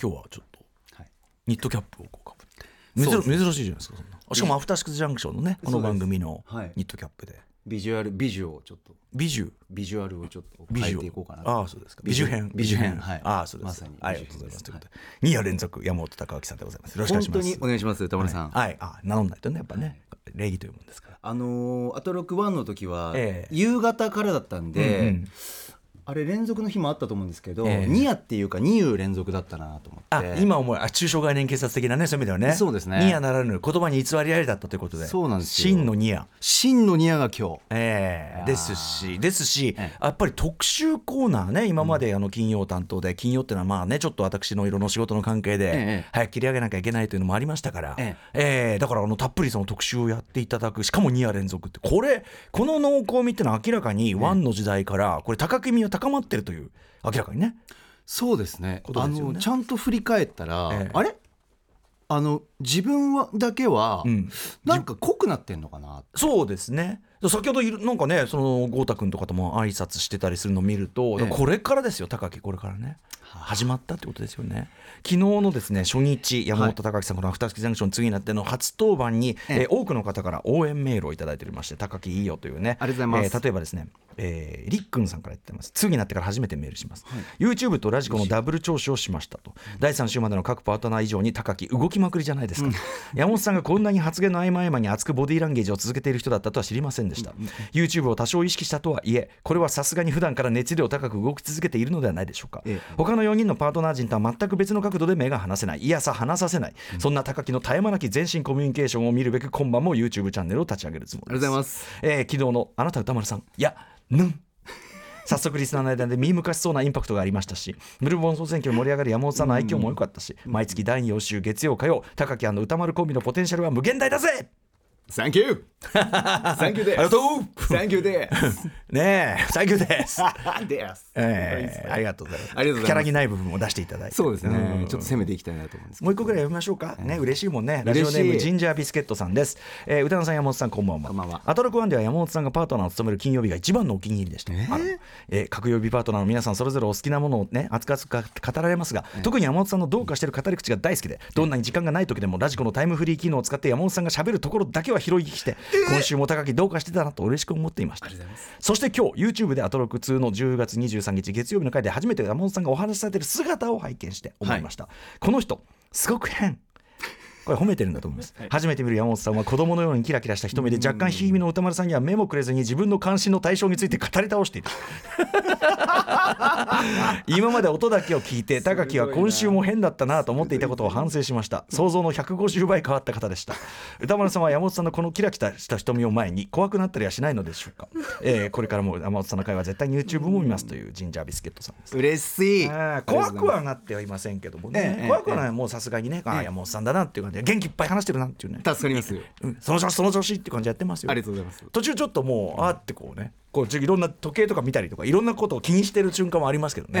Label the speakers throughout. Speaker 1: 今日はちょっと
Speaker 2: はい
Speaker 1: ニットキャップをこうかぶって
Speaker 2: そう
Speaker 1: 珍
Speaker 2: ですね
Speaker 1: 珍しいじゃないですかそんなあしかも「アフターシックスジャンクション」のねこの番組の
Speaker 2: はい
Speaker 1: ニットキャップで
Speaker 2: ビジュアルビジュをちょっと
Speaker 1: 美女
Speaker 2: ビジュアルをちょっと
Speaker 1: 美
Speaker 2: 変え
Speaker 1: 女
Speaker 2: ていこうかなと
Speaker 1: ああそうですか美女編
Speaker 2: 美女編
Speaker 1: 美女
Speaker 2: はい
Speaker 1: ああそうです
Speaker 2: まさに
Speaker 1: ありがとうございますと
Speaker 2: 美
Speaker 1: いうことで2
Speaker 2: 女編
Speaker 1: 夜連続山本隆明さんでございますよろしくお願い
Speaker 2: 本
Speaker 1: し
Speaker 2: 当
Speaker 1: ます
Speaker 2: にお願いします歌丸さん、
Speaker 1: はいあ名乗んないとねやっぱね礼儀というもんですから
Speaker 2: あのーアトロック1の時は、
Speaker 1: ええ
Speaker 2: 夕方からだったんで、
Speaker 1: うんうん
Speaker 2: あれ連続の日もあったと思うんですけど、
Speaker 1: ええ
Speaker 2: ニアっていうか二夜連続だったなと思
Speaker 1: あ
Speaker 2: って
Speaker 1: 今思いあ中小概念警察的なねそういう意味ではね
Speaker 2: そうですね
Speaker 1: ニアならぬ言葉に偽りありだったということで
Speaker 2: そうなんですよ
Speaker 1: 真のニア
Speaker 2: 真のニアが今日
Speaker 1: え
Speaker 2: あ
Speaker 1: え
Speaker 2: ー
Speaker 1: ですし、ですし、
Speaker 2: え
Speaker 1: やっぱり特集コーナーね、今まであの金曜担当で、金曜ってのはまあね、ちょっと私の色の仕事の関係
Speaker 2: え
Speaker 1: で
Speaker 2: え、
Speaker 1: 早く切り上げなきゃいけないというのもありましたから、え
Speaker 2: え
Speaker 1: えだからあのたっぷりその特集をやっていただく、しかも2夜連続って、これ、この濃厚味ってのは明らかに、ワンの時代から、これ、高き味は高まってるという、明らかにね、
Speaker 2: そうですね
Speaker 1: こと
Speaker 2: あ
Speaker 1: ですよね
Speaker 2: のちゃんと振り返ったら、
Speaker 1: ええ
Speaker 2: あれあの自分はだけは、
Speaker 1: うん
Speaker 2: なんか濃くなってんのかな
Speaker 1: そうですね。先ほどいるなんかね、その豪太君とかとも挨拶してたりするのを見ると、
Speaker 2: ええ
Speaker 1: これからですよ、高木、これからね。
Speaker 2: はあ
Speaker 1: 始まったってことですよね。昨日のですね初日、山本高木さん、このアフタースキージャンクション、次になっての初登板に、
Speaker 2: え
Speaker 1: えー
Speaker 2: え
Speaker 1: 多くの方から応援メールをいただいておりまして、高木いいよというね、
Speaker 2: ありがとうございます
Speaker 1: えー例えばですね、えーりっくんさんから言ってます、次になってから初めてメールします、YouTube とラジコのダブル聴取をしましたと、第3週までの各パートナー以上に高木、動きまくりじゃないですか、 山本さんがこんなに発言の合間合間に熱くボディーランゲージを続けている人だったとは知りませんでした、YouTube を多少意識したとはいえ、これはさすがに普段から熱量高く動き続けているのではないでしょうか。
Speaker 2: ええ
Speaker 1: 他の4人のパートナー陣とは全く別の角度で目が離せないいやさ離させない、そんな高木の絶え間なき全身コミュニケーションを見るべく今晩も YouTube チャンネルを立ち上げるつもりです
Speaker 2: ありがとうございます、
Speaker 1: えー昨日のあなた歌丸さんいやぬん早速リスナーの間で見向かしそうなインパクトがありましたしブルボン総選挙に盛り上がる山本さんの愛嬌も良かったし、毎月第4週月曜火曜高木歌丸コンビのポテンシャルは無限大だぜ
Speaker 2: サンキューサン キューで
Speaker 1: ありがと
Speaker 2: うサンキュー です
Speaker 1: うねえ最強 です、
Speaker 2: です
Speaker 1: えーありがとうございます
Speaker 2: ありがとうございます
Speaker 1: キャラにない部分を出していただいて
Speaker 2: そうですね、
Speaker 1: ん
Speaker 2: ちょっと攻めていきたいなと思うんですけ
Speaker 1: も
Speaker 2: ど
Speaker 1: う一個ぐらい読みましょうか。ね、嬉しいもんね。ラ
Speaker 2: 嬉
Speaker 1: ジ
Speaker 2: しい
Speaker 1: オネームジンジャービスケットさんです。えー、歌野さん、山本さん、こんばんは。
Speaker 2: こんばんは
Speaker 1: アトロクワンでは山本さんがパートナーを務める金曜日が一番のお気に入りでした。あらえー各曜日パートナーの皆さん、それぞれお好きなものをね、熱々か語られますが、特に山本さんのどうかしてる語り口が大好きで、どんなに時間がない時でもラジコのタイムフリー機能を使って山本さんが喋るところだけは拾い聞きして、今週も高木どうかしてたなと嬉しく思っていました。そして今日、YouTube でアトロク2の10月23日月曜日の回で初めて山本さんがお話しされている姿を拝見して思いました。この人、すごく変。これ褒めてるんだと思います、初めて見る山本さんは子供のようにキラキラした瞳で若干ひいみの歌丸さんには目もくれずに自分の関心の対象について語り倒 している今まで音だけを聞いて高木は今週も変だったなと思っていたことを反省しました想像の150倍変わった方でした歌丸さんは山本さんのこのキラキラした瞳を前に怖くなったりはしないのでしょうか、えーこれからも山本さんの会は絶対に YouTube も見ますというジンジャービスケットさんです
Speaker 2: 嬉しい
Speaker 1: あー怖くはなってはいませんけどもね、
Speaker 2: ええ
Speaker 1: 怖くはないもうさすがにね、ああ山本さんだなっていう感じで元気いっぱい話してるなっていうね、
Speaker 2: 助かりますよ
Speaker 1: うん、その調子その調子っていう感じでやってますよ
Speaker 2: ありがとうございます
Speaker 1: 途中ちょっともうあーってこうねこうちょいろんな時計とか見たりとかいろんなことを気にしてる瞬間もありますけどね、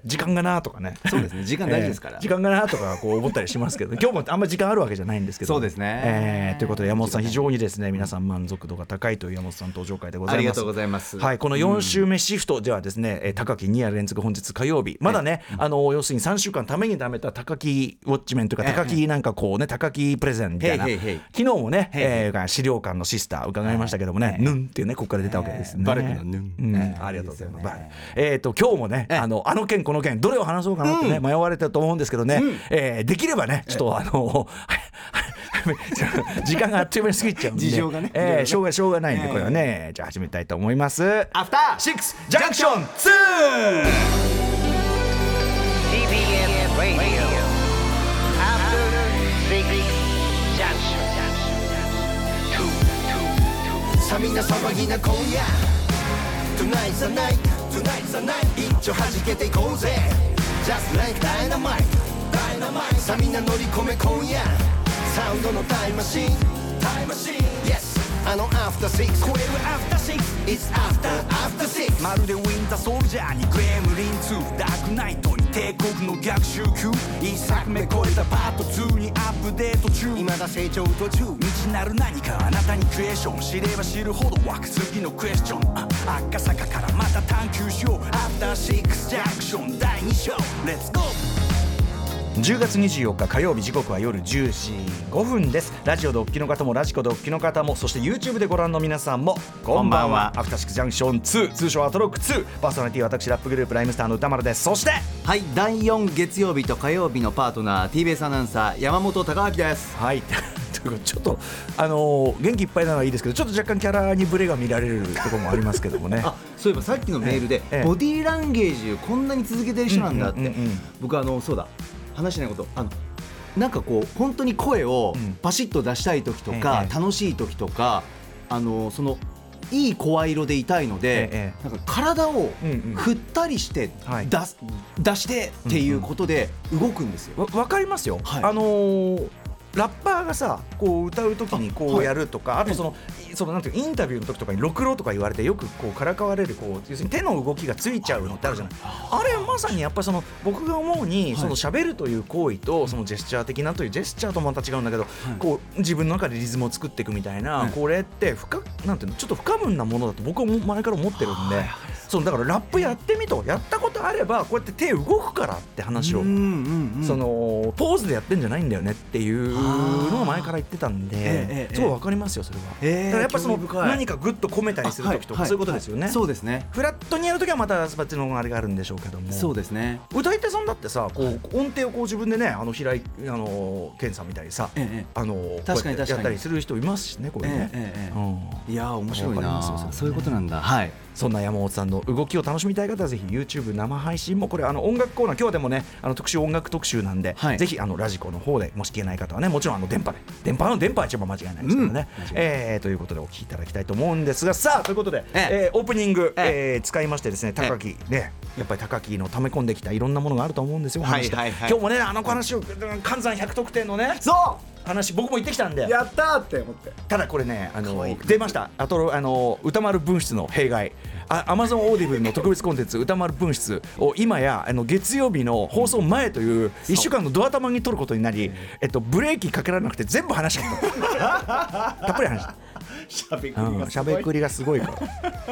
Speaker 1: え
Speaker 2: え
Speaker 1: え時間がなーとかね
Speaker 2: そうですね時間大事ですから
Speaker 1: 時間がなーとかこう思ったりしますけど 今日もあんま時間あるわけじゃないんですけど
Speaker 2: そうですね
Speaker 1: ええということで山本さん非常にですね皆さん満足度が高いという山本さん登場会でございます
Speaker 2: ありがとうございます
Speaker 1: はい、この4週目シフトではですね、えー高木2夜連続本日火曜日まだね、あの要するに3週間ために貯めた高木ウォッチメンというか
Speaker 2: ええ
Speaker 1: 高木なんかこうね高木プレゼンみたいな
Speaker 2: へい
Speaker 1: 昨
Speaker 2: へいへい
Speaker 1: 日もね、
Speaker 2: へいへい
Speaker 1: えー資料館のシスター伺いましたけどもね、ヌンっていうねここから出たわけですね、
Speaker 2: ええバルクのヌン
Speaker 1: うん
Speaker 2: ええ
Speaker 1: ありがとうございます
Speaker 2: いいですよね
Speaker 1: バルえっ、と今日もね、
Speaker 2: え
Speaker 1: あのあの件この件どれを話そうかなってね、迷われてると思うんですけどね、えーできればねちょっとあの、 時間があっという間に過ぎちゃうんで
Speaker 2: 事情がね
Speaker 1: えーしょうがしょうがないんでこれはね、じゃあ始めたいと思います
Speaker 2: アフターシックスジャンクション
Speaker 3: TBN Radio. After Six Junction. Two, two, two.
Speaker 4: さみんな騒ぎな今夜 Tonight's the night Tonight's the night 一丁弾けていこうぜ Just like dynamite Dynamite さみんな乗り込め今夜サウンドのタイムマシンタイムマシン Yes あのアフターシックス超えるアフターシックス It's after after six
Speaker 5: まるでウィンターソルジャーにグレムリン2ダークナイトに帝国の逆襲級一作目超えたパート2にアップデート中
Speaker 4: 未だ成長途中
Speaker 5: 未知なる何かあなたにクエスチョン知れば知るほど湧く次のクエスチョンあ赤坂からまた探求しようアフターシックスジャンクション第2章レッツゴー
Speaker 1: 10月24日火曜日時刻は夜10時5分ですラジオでお聞きの方もラジコでお聞きの方もそして YouTube でご覧の皆さんもこんばんは
Speaker 2: こんばんは
Speaker 1: アフターシックスジャンクション2通称アトロック2パーソナリティは私ラップグループライムスターの歌丸ですそして
Speaker 2: はい第4月曜日と火曜日のパートナー TBS アナウンサー山本貴明です
Speaker 1: はい ということでちょっとあのー元気いっぱいなのはいいですけどちょっと若干キャラにブレが見られるところもありますけどもね
Speaker 2: あそういえばさっきのメールで、
Speaker 1: ええ
Speaker 2: ボディーランゲージこんなに続けてる人なんだって、
Speaker 1: うんうんうんうん
Speaker 2: 僕あのそうだ話しないことあのなんかこう本当に声を
Speaker 1: うん
Speaker 2: パシッと出したい時とか、
Speaker 1: ええ
Speaker 2: 楽しい時とかあのそのいい声色でいたいので、
Speaker 1: え
Speaker 2: なんか体を
Speaker 1: うんうん
Speaker 2: 振ったりして
Speaker 1: はい
Speaker 2: 出す、出してっていうことで動くんですよ。
Speaker 1: わわかりますよ、
Speaker 2: はい
Speaker 1: あのーラッパーがさこう歌う時に
Speaker 2: あ
Speaker 1: こ
Speaker 2: は
Speaker 1: う
Speaker 2: い
Speaker 1: やると かあ,、とその,、そのなんていうのインタビューの時とかにろくろとか言われてよくこうからかわれるこう要するに手の動きがついちゃうのってあるじゃないあれまさにやっぱりその僕が思うに、
Speaker 2: い
Speaker 1: その喋るという行為とそのジェスチャー的なというジェスチャーとまた違うんだけど、こう自分の中でリズムを作っていくみたいな、
Speaker 2: はい
Speaker 1: これって不可なんていうのちょっと不可分なものだと僕はもう前から思ってるんで。そのだからラップやってみとやったことあればこうやって手動くからって話を
Speaker 2: うんうんうん
Speaker 1: そのポーズでやってんじゃないんだよねっていうのを前から言ってたんで、
Speaker 2: ええ
Speaker 1: すごいわかりますよそれは、
Speaker 2: ええ
Speaker 1: だからやっぱりその
Speaker 2: 興味深い
Speaker 1: 何かグッと込めたりする時と
Speaker 2: あは
Speaker 1: か
Speaker 2: い
Speaker 1: そういうことですよね、
Speaker 2: はいそうですね。
Speaker 1: フラットにやる時はまたスパッチのあれがあるんでしょうけども
Speaker 2: そうですね。
Speaker 1: 歌い手さんだってさこう音程をこう自分でねあの平井あの健さんみたいにさ、
Speaker 2: ええええ
Speaker 1: あの
Speaker 2: 確かに
Speaker 1: こうやってやっ
Speaker 2: 確
Speaker 1: た
Speaker 2: か
Speaker 1: り
Speaker 2: に
Speaker 1: する人いますしねこれね、
Speaker 2: ええええええ
Speaker 1: うん
Speaker 2: いやー面白
Speaker 1: わ
Speaker 2: い
Speaker 1: かり
Speaker 2: な
Speaker 1: ますよそれ
Speaker 2: そ
Speaker 1: ね
Speaker 2: ういうことなんだはい
Speaker 1: そんな山本さんの動きを楽しみたい方はぜひ YouTube 生配信もこれあの音楽コーナー今日はでもねあの特集音楽特集なんで、
Speaker 2: はい
Speaker 1: ぜひあのラジコの方でもし聞けない方はねもちろんあの電波で電波の電波は一番間違いないですけどね、
Speaker 2: うん間違いない
Speaker 1: えーということでお聞きいただきたいと思うんですがさあということで、え
Speaker 2: ええ
Speaker 1: ーオープニング、え
Speaker 2: え
Speaker 1: ー使いましてですね高木ねやっぱり高木の溜め込んできたいろんなものがあると思うんですよ、お話して
Speaker 2: はいはいはい
Speaker 1: 今日もねあの話をうん関山100得点のね
Speaker 2: そ
Speaker 1: 話僕も言ってきたんで
Speaker 2: うやったーって思って
Speaker 1: ただこれねあの
Speaker 2: わいい
Speaker 1: 出ましたあとあの歌丸分室の弊害あ Amazon オーディブルの特別コンテンツ歌丸分室を今やあの月曜日の放送前という1週間のドア玉に取ることになり、えっと、ブレーキかけられなくて全部話しちゃ ったたっぷり話した。
Speaker 2: しゃべく
Speaker 1: うんしゃべくりがすごいか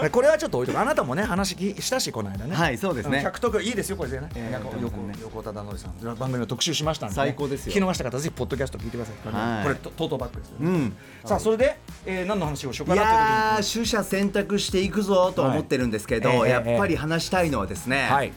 Speaker 1: らこれはちょっと置いとくあなたもね話きしたしこの間ね
Speaker 2: はいそうですね
Speaker 1: ん100得いいですよこれでね、
Speaker 2: えー
Speaker 1: なんか
Speaker 2: 歌丸さんね
Speaker 1: 横横田直さん番組の特集しましたんで、ね、
Speaker 2: 最高ですよ
Speaker 1: 聞き逃した方ぜひポッドキャスト聞いてください、
Speaker 2: はい
Speaker 1: これトトートバッグですよね、
Speaker 2: うん
Speaker 1: さあそれで、えー、何の話をしようか
Speaker 2: い
Speaker 1: なっていう時に
Speaker 2: やー取捨選択していくぞとは思ってるんですけど、
Speaker 1: はいええ
Speaker 2: やっぱり話したいのはですね、
Speaker 1: はい、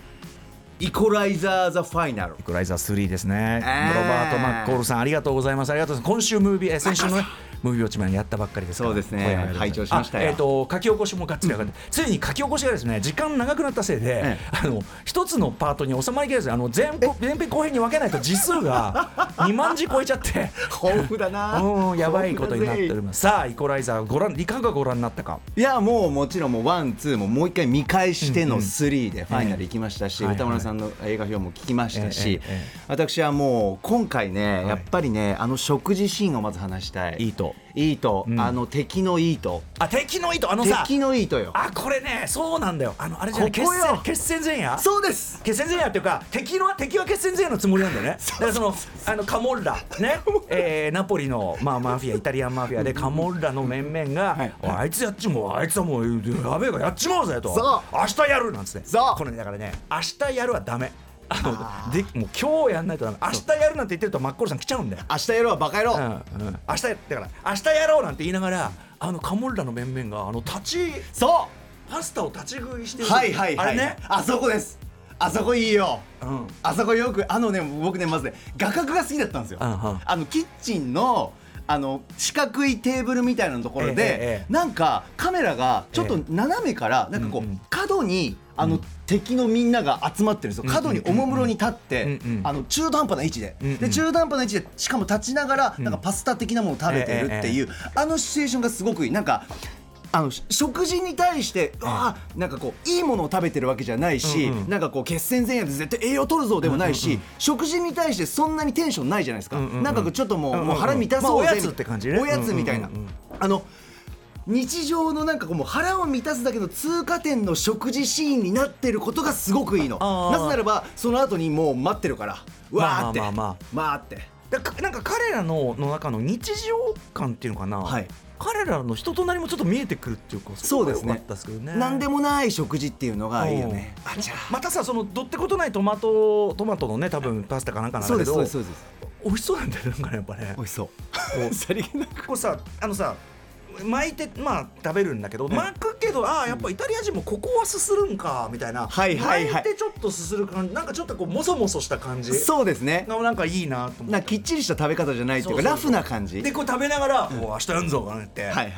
Speaker 2: イコライザー・ザ・ファイナル
Speaker 1: イコライザー3ですね、
Speaker 2: えー
Speaker 1: ロバート・マッコールさんありがとうございますありがとうございます今週ムービーえー先週のねムービーウォッチマンやったばっかりですから
Speaker 2: そうですね
Speaker 1: これはありがとうござい
Speaker 2: 拝聴しましたよ
Speaker 1: あえっ、と書き起こしもがっつり上がって、ついに書き起こしがですね時間長くなったせいで、
Speaker 2: え
Speaker 1: あの一つのパートに収まりきれずあの前後前編後編に分けないと字数が2万字超えちゃ って
Speaker 2: 豊富だ な
Speaker 1: うんやばいことになっており
Speaker 2: 豊富だぜ
Speaker 1: ます さあイコライザーご覧いかがご覧になったか
Speaker 2: いやもうもちろんもうワンツーももう一回見返しての3でファイナル行きましたし、
Speaker 1: ええはいはい
Speaker 2: 歌丸さんの映画表も聞きました
Speaker 1: えええ
Speaker 2: し、
Speaker 1: ええ
Speaker 2: 私はもう今回ね、
Speaker 1: い
Speaker 2: やっぱりねあの食事シーンをまず話したい
Speaker 1: イート
Speaker 2: イート、
Speaker 1: ん
Speaker 2: あの敵のイート
Speaker 1: あ敵の意図あのさ
Speaker 2: 敵のイートよ
Speaker 1: あこれねそうなんだよあのあれじゃない
Speaker 2: ここよ
Speaker 1: 決戦決戦前夜
Speaker 2: そうです
Speaker 1: 決戦前夜っていうか敵の敵は決戦前夜のつもりなんだよねだからそのあのカモッラね、えーナポリの、まあ、マフィアイタリアンマフィアでカモッラの面々が、
Speaker 2: はい
Speaker 1: おいあいつやっちもうあいつはもうやべえからやっちまおうぜと
Speaker 2: そう
Speaker 1: 明日やるなんつって
Speaker 2: そう
Speaker 1: これねだからね明日やるはダメあのでもう今日やんないとダメ明日やるなんて言ってるとマッコルさん来ちゃうんだよ
Speaker 2: 明日やろうバカ野郎、
Speaker 1: うんうん、明日だから明日やろうなんて言いながらあのカモッラの面々があの立ち
Speaker 2: そ
Speaker 1: パスタを立ち食いして
Speaker 2: う
Speaker 1: る
Speaker 2: はいはいはい
Speaker 1: あれね
Speaker 2: あそこですあそこいいよ、
Speaker 1: ん
Speaker 2: あそこよくあのね僕ねまずね画角が好きだったんですよ、
Speaker 1: うんうん
Speaker 2: あのキッチンのあの四角いテーブルみたいなところで、
Speaker 1: ええええ
Speaker 2: なんかカメラがちょっと
Speaker 1: え
Speaker 2: 斜めからなんかこう、
Speaker 1: うんうん
Speaker 2: 角にあの、敵のみんなが集まってるんですよ角におもむろに立って、
Speaker 1: うんうん
Speaker 2: あの中途半端な位置で,、
Speaker 1: うんうん
Speaker 2: で中途半端な位置でしかも立ちながらなんかパスタ的なものを食べてるっていう、あのシチュエーションがすごくいいなんかあのし食事に対してあなんかこういいものを食べてるわけじゃないし、
Speaker 1: うんうん
Speaker 2: なんかこう決戦前夜で絶対栄養取るぞでもないし、食事に対してそんなにテンションないじゃないですか、
Speaker 1: んうんうん
Speaker 2: なんかこうちょっともう,、
Speaker 1: うんうんうん
Speaker 2: もう腹満たそうぜ
Speaker 1: まあおやつって感じね
Speaker 2: おやつみたいな、
Speaker 1: うんうんうんうん
Speaker 2: あの日常のなんかこうもう腹を満たすだけの通過点の食事シーンになってることがすごくいいの
Speaker 1: あー
Speaker 2: なぜならばその後にもう待ってるからわーって
Speaker 1: まあまあまあ
Speaker 2: まあって
Speaker 1: だかなんか彼らのの中の日常感っていうのかな、
Speaker 2: はい
Speaker 1: 彼らの人となりもちょっと見えてくるっていうか
Speaker 2: そうですね
Speaker 1: ごい良かったですけどね
Speaker 2: 何でもない食事っていうのがいいよねあじゃ
Speaker 1: またさそのどってことないトマトトマトのね多分パスタかなんか
Speaker 2: あ
Speaker 1: なん
Speaker 2: そ
Speaker 1: だけ
Speaker 2: うです
Speaker 1: ど
Speaker 2: そうですそうです
Speaker 1: 美味しそうなんだよねなんかねやっぱね
Speaker 2: 美味しそう
Speaker 1: こう
Speaker 2: さりげなく
Speaker 1: こうさあのさ巻いてまあ食べるんだけど、巻くけどああやっぱイタリア人もここはすするんかみたいな、
Speaker 2: はいはいはい
Speaker 1: 巻いてちょっとすする感じなんかちょっとこうもそもそした感じ
Speaker 2: そうですね
Speaker 1: がなんかいいなと思って
Speaker 2: なんかきっちりした食べ方じゃないっていう
Speaker 1: そうそ
Speaker 2: かラ
Speaker 1: うそ
Speaker 2: フ
Speaker 1: う
Speaker 2: な感じ
Speaker 1: でこう食べながら「もう明日やんぞ」なんて、
Speaker 2: はいはい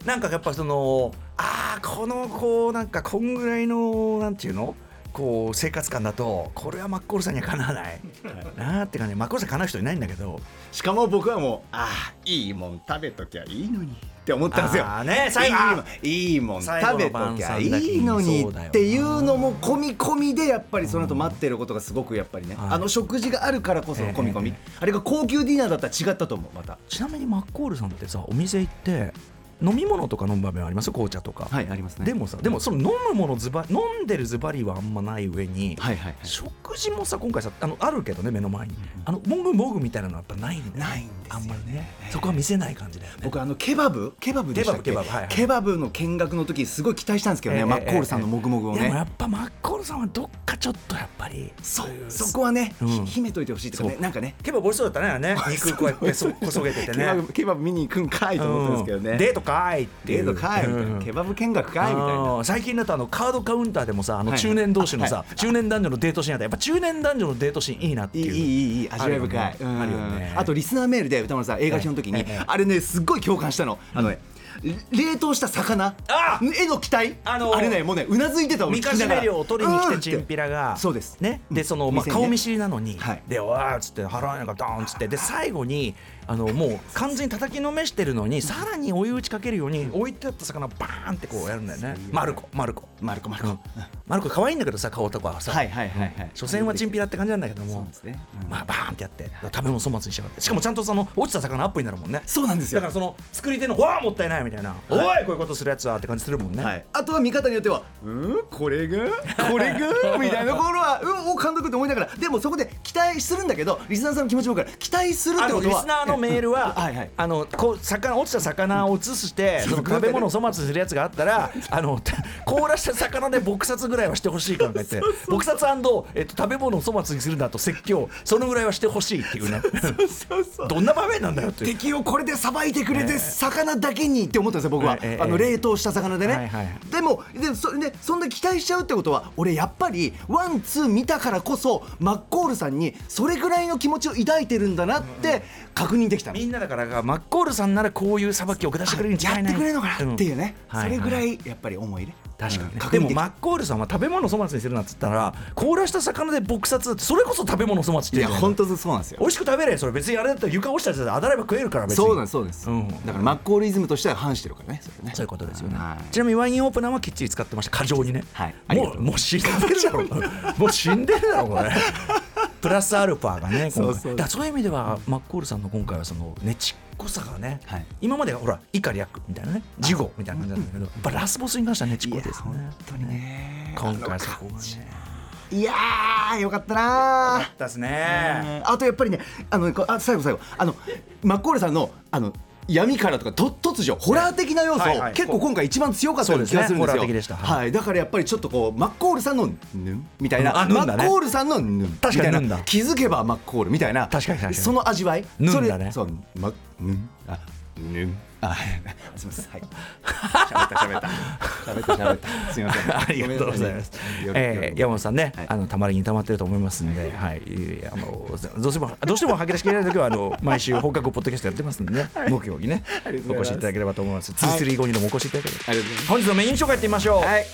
Speaker 1: なんかやっぱそのああこのこうなんかこんぐらいのなんていうのこう生活感だとこれはマッコールさんにはかなわないなーって感じマッコールさんかなう人いないんだけど
Speaker 2: しかも僕はもうああいいもん食べときゃいいのにって思ったんですよ
Speaker 1: あーね最後
Speaker 2: いいもんいいもん
Speaker 1: 最後の
Speaker 2: 食べときゃいいの
Speaker 1: 晩餐だ
Speaker 2: に
Speaker 1: けにそうだよな
Speaker 2: っていうのも込み込みでやっぱりその後待ってることがすごくやっぱりね、
Speaker 1: はい
Speaker 2: あの食事があるからこその込み込み、
Speaker 1: え
Speaker 2: あれが高級ディナーだったら違ったと思うまた
Speaker 1: ちなみにマッコールさんってさお店行って飲み物とか飲む場面あります紅茶とか、
Speaker 2: はいありますね
Speaker 1: でもさでもその飲むものズバ飲んでるズバリはあんまない上に、
Speaker 2: はいはいはい
Speaker 1: 食事もさ今回さあのあるけどね目の前に、あのもぐもぐみたいなのはやっぱないんだよね
Speaker 2: ないんですよ
Speaker 1: あんまりねそこは見せない感じだよね
Speaker 2: 僕あのケバブケバブでしたっけ
Speaker 1: ケバブケバブはいはい
Speaker 2: ケバブの見学の時すごい期待したんですけどね、
Speaker 1: ええ
Speaker 2: マッコールさんのもぐもぐを
Speaker 1: でも
Speaker 2: ね
Speaker 1: やっぱマッコールさんはどっかちょっとやっぱり
Speaker 2: そうそこはね、
Speaker 1: うん
Speaker 2: ひ秘めといてほしいとかね
Speaker 1: そう
Speaker 2: なんかね
Speaker 1: 結構美味しそうだったねあれね肉こうやってそこそげてて
Speaker 2: ケバ
Speaker 1: ね
Speaker 2: ブケバブ見に行くんかいと思ったんですけどね、
Speaker 1: うんデートかーいってい
Speaker 2: デ
Speaker 1: う
Speaker 2: ートかいみたいな、
Speaker 1: うん
Speaker 2: ケバブ見学かいみたいな
Speaker 1: うん最近だとあのカードカウンターでもさあの
Speaker 2: はい
Speaker 1: 中年同士のさ、中年男女のデートシーンあったらやっぱ中年男女のデートシーンいいなって
Speaker 2: いい
Speaker 1: い
Speaker 2: いういいいいい味わい深いうん
Speaker 1: あるよね
Speaker 2: あとリスナーメールで歌丸さん映画表の時に、
Speaker 1: ええ
Speaker 2: あれねすっごい共感したの、あのね冷凍した魚
Speaker 1: あ
Speaker 2: への期待、
Speaker 1: あのー
Speaker 2: あれねもうねうなずいてた俺
Speaker 1: み
Speaker 2: 聞
Speaker 1: か
Speaker 2: き
Speaker 1: じ
Speaker 2: ながら
Speaker 1: め料を取りに来
Speaker 2: うん
Speaker 1: てチンピラが
Speaker 2: そうです
Speaker 1: ね
Speaker 2: うん
Speaker 1: でそのまあ
Speaker 2: 店にね
Speaker 1: 顔見知りなのに
Speaker 2: はい
Speaker 1: でわーっつって払わなかったんっつってで最後にあのもう完全に叩きのめしてるのにさらに追い打ちかけるように置いてあった魚バーンってこうやるんだよねマルコマルコ
Speaker 2: マルコマルコ
Speaker 1: うんマルコ可愛いんだけどさ顔とかはさ
Speaker 2: はいはいはいはい
Speaker 1: 所詮はチンピラって感じなんだけども
Speaker 2: そうですねうん
Speaker 1: まあバーンってやって食べ物粗末にしちゃってしかもちゃんとその落ちた魚アップになるもんね
Speaker 2: そうなんですよ
Speaker 1: だからその作り手のわあもったいないみたいなおいこういうことするやつはって感じするもんね
Speaker 2: はい、あとは見方によっては「うんこれがこれ が」みたいなところは「うんお監督」って思いながらでもそこで期待するんだけどリスナーさんの気持ちも分かる期待するっ
Speaker 1: あ
Speaker 2: て
Speaker 1: の
Speaker 2: こと
Speaker 1: リ
Speaker 2: は
Speaker 1: スナーのメール は
Speaker 2: はいはい
Speaker 1: あのこう魚落ちた魚を移して その食べ物を粗末にするやつがあった らあのた凍らした魚で撲殺ぐらいはしてほしい考え て撲殺、えっと、食べ物を粗末にするんだと説教そのぐらいはしてほしいって いうね
Speaker 2: そうそう
Speaker 1: どんな場面なんだよっていう。
Speaker 2: 敵をこれでさばいてくれて魚だけにって思ったんですよ僕は、
Speaker 1: ええええ
Speaker 2: あの冷凍した魚でね、
Speaker 1: はいはい
Speaker 2: でもでそでそんな期待しちゃうってことは俺やっぱりワンツー見たからこそマッコールさんにそれぐらいの気持ちを抱いてるんだなって確認できたの、
Speaker 1: みんなだからがマッコールさんならこういうさばきを下してくれるんじゃ
Speaker 2: や
Speaker 1: ない
Speaker 2: ってくれるのかなっていうね、
Speaker 1: うんはい
Speaker 2: それぐら
Speaker 1: はい
Speaker 2: やっぱり思いね
Speaker 1: 確かに、
Speaker 2: うん
Speaker 1: ね
Speaker 2: 確
Speaker 1: で
Speaker 2: 認で
Speaker 1: も
Speaker 2: きた
Speaker 1: マッコールさんは食べ物を粗末にするなっつったら凍らした魚で撲殺だってそれこそ食べ物を粗末って
Speaker 2: い
Speaker 1: る
Speaker 2: や本当そうなんですよ
Speaker 1: 美味しく食べれそれ別にあれだったら床落ちたやつだあだれば食えるから別に
Speaker 2: そうなんですそうです、
Speaker 1: うん
Speaker 2: だからマッコールイズムとしては反してるからねそれね
Speaker 1: そういうことですよね、
Speaker 2: はい
Speaker 1: ちなみにワインオープナーはきっちり使ってました過剰にね、
Speaker 2: はいあり
Speaker 1: も
Speaker 2: がと
Speaker 1: う
Speaker 2: う
Speaker 1: もう死んでるだろもう死んでるだろ これプラスアルファがね今回
Speaker 2: そうそう
Speaker 1: だからそういう意味では、マッコールさんの今回はそのねちっこさがね、
Speaker 2: はい
Speaker 1: 今まではほらイカリアックみたいなねジゴみたいな感じなんだけどやっぱラスボスに関してはねちっこいですね
Speaker 2: 本当にね
Speaker 1: 今回そこがね
Speaker 2: いやーよかったなー
Speaker 1: ったですね
Speaker 2: あとやっぱりねあのこあ最後最後あのマッコールさんのあの闇からとかと突如ホラー的な要素、
Speaker 1: はいはい
Speaker 2: 結構今回一番強かったような気がするん
Speaker 1: そうですねホ
Speaker 2: ですよ
Speaker 1: ラー的でした
Speaker 2: はい
Speaker 1: は
Speaker 2: だからやっぱりちょっとこうマッコールさんの「ぬん」みたいな、
Speaker 1: あぬ
Speaker 2: マ
Speaker 1: んだね
Speaker 2: ッコールさんの「ぬん」
Speaker 1: 確かに
Speaker 2: みたいな
Speaker 1: ぬんだ
Speaker 2: 気づけばマッコールみたいな
Speaker 1: 確かに確かに
Speaker 2: その味わい
Speaker 1: ぬんだ
Speaker 2: それ
Speaker 1: ね
Speaker 2: そうマッぬんあぬんあ すみません はい喋った喋った喋った喋ったすみませ ん
Speaker 1: ありがとうございます
Speaker 2: ごめ。んなさいね
Speaker 1: えー、山本さんね、
Speaker 2: はい
Speaker 1: あのたまりにたまってると思いますんで、はい、いえあのどうしてもどうしても吐き出しきれない時はあの毎週放課後ポッドキャストやってますんでね、ご協議ね
Speaker 2: ありがとう
Speaker 1: お
Speaker 2: ござ
Speaker 1: 越
Speaker 2: います
Speaker 1: しいただければと思います。ツースリー五にでもお越しいただければ。
Speaker 2: ありがとうございます
Speaker 1: 本日のメイン紹介いってみましょう。
Speaker 2: はい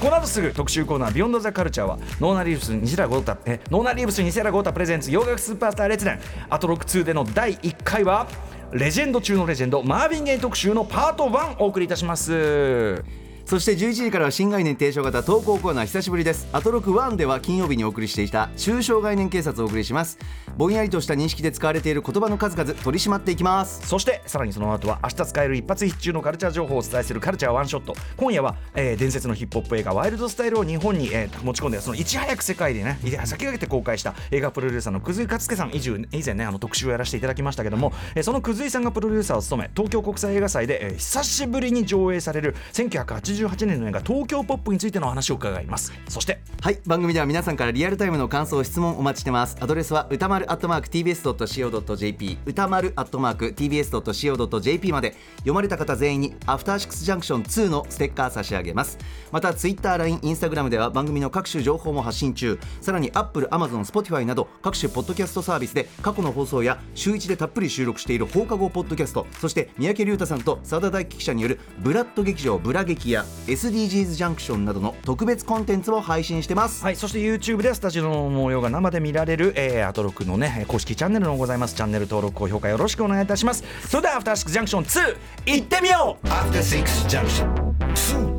Speaker 1: この後すぐ特集コーナー「ビヨンドザカルチャーはノーナリーブス西田豪太えノーナリーブス西田豪太プレゼンツ洋楽スーパースター列伝アトロック2での第1回はレジェンド中のレジェンドマーヴィン・ゲイ特集のパート1をお送りいたします。
Speaker 2: そして11時からは新概念提唱型投稿コーナー久しぶりですアトロク1では金曜日にお送りしていた中小概念警察をお送りしますぼんやりとした認識で使われている言葉の数々取り締まっていきます
Speaker 1: そしてさらにその後は明日使える一発必中のカルチャー情報をお伝えするカルチャーワンショット今夜は、えー伝説のヒップホップ映画「ワイルドスタイル」を日本に、えー持ち込んでそのいち早く世界でねいや先駆けて公開した映画プロデューサーの葛井勝介さん以前以前ねあの特集をやらせていただきましたけども、えーその葛井さんがプロデューサーを務め東京国際映画祭で、えー久しぶりに上映される1988年の映画「東京ポップ」についてのお話を伺いますそして
Speaker 2: はい番組では皆さんからリアルタイムの感想質問お待ちしてますアドレスは歌丸 @tbs.co.jp 歌丸 @tbs.co.jp まで読まれた方全員にアフターシックスジャンクション2のステッカー差し上げますまた TwitterLINE インスタグラムでは番組の各種情報も発信中さらに Apple、Amazon、Spotify など各種ポッドキャストサービスで過去の放送や週一でたっぷり収録している放課後ポッドキャストそして三宅龍太さんと澤田大樹記者によるブラッド劇場ブラ劇や SDGs ジャンクションなどの特別コンテンツを配信してます
Speaker 1: はい、そして YouTube ではスタジオの模様が生で見られる、えー、アトロクのね公式チャンネルのございますチャンネル登録高評価よろしくお願いいたしますそれではアフターシックスジャンクション2行ってみよう
Speaker 4: After Six Junction 2